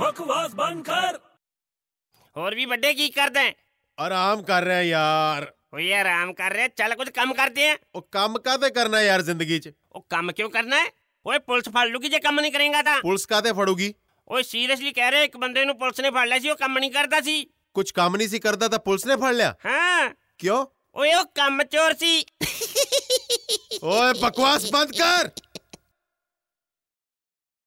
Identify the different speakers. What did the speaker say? Speaker 1: बकवास बंद कर
Speaker 2: और भी बड्डे की कर दें
Speaker 3: आराम कर रहे हैं यार
Speaker 2: ओए आराम कर रहे हैं, चल कुछ कम कर दिए
Speaker 3: ਉਹ ਕੰਮ ਕਾਤੇ ਕਰਨਾ ਹੈ ਯਾਰ ਜ਼ਿੰਦਗੀ 'ਚ
Speaker 2: ओ कम क्यों करना है ओए पुलिस फड़ लूगी जे कम नहीं करेगा था
Speaker 3: ਪੁਲਿਸ ਕਾਤੇ ਫੜੂਗੀ
Speaker 2: ओए सीरियसली कह रहे एक बंदे नु पुलिस ने फड़ लिया सी ओ कम नहीं करता सी
Speaker 3: ਕੁਝ ਕੰਮ ਨਹੀਂ ਸੀ ਕਰਦਾ ਤਾਂ ਪੁਲਿਸ ਨੇ ਫੜ ਲਿਆ
Speaker 2: हां
Speaker 3: ਕਿਉਂ
Speaker 2: ओए ओ कम चोर सी
Speaker 3: ਓਏ ਬਕਵਾਸ ਬੰਦ ਕਰ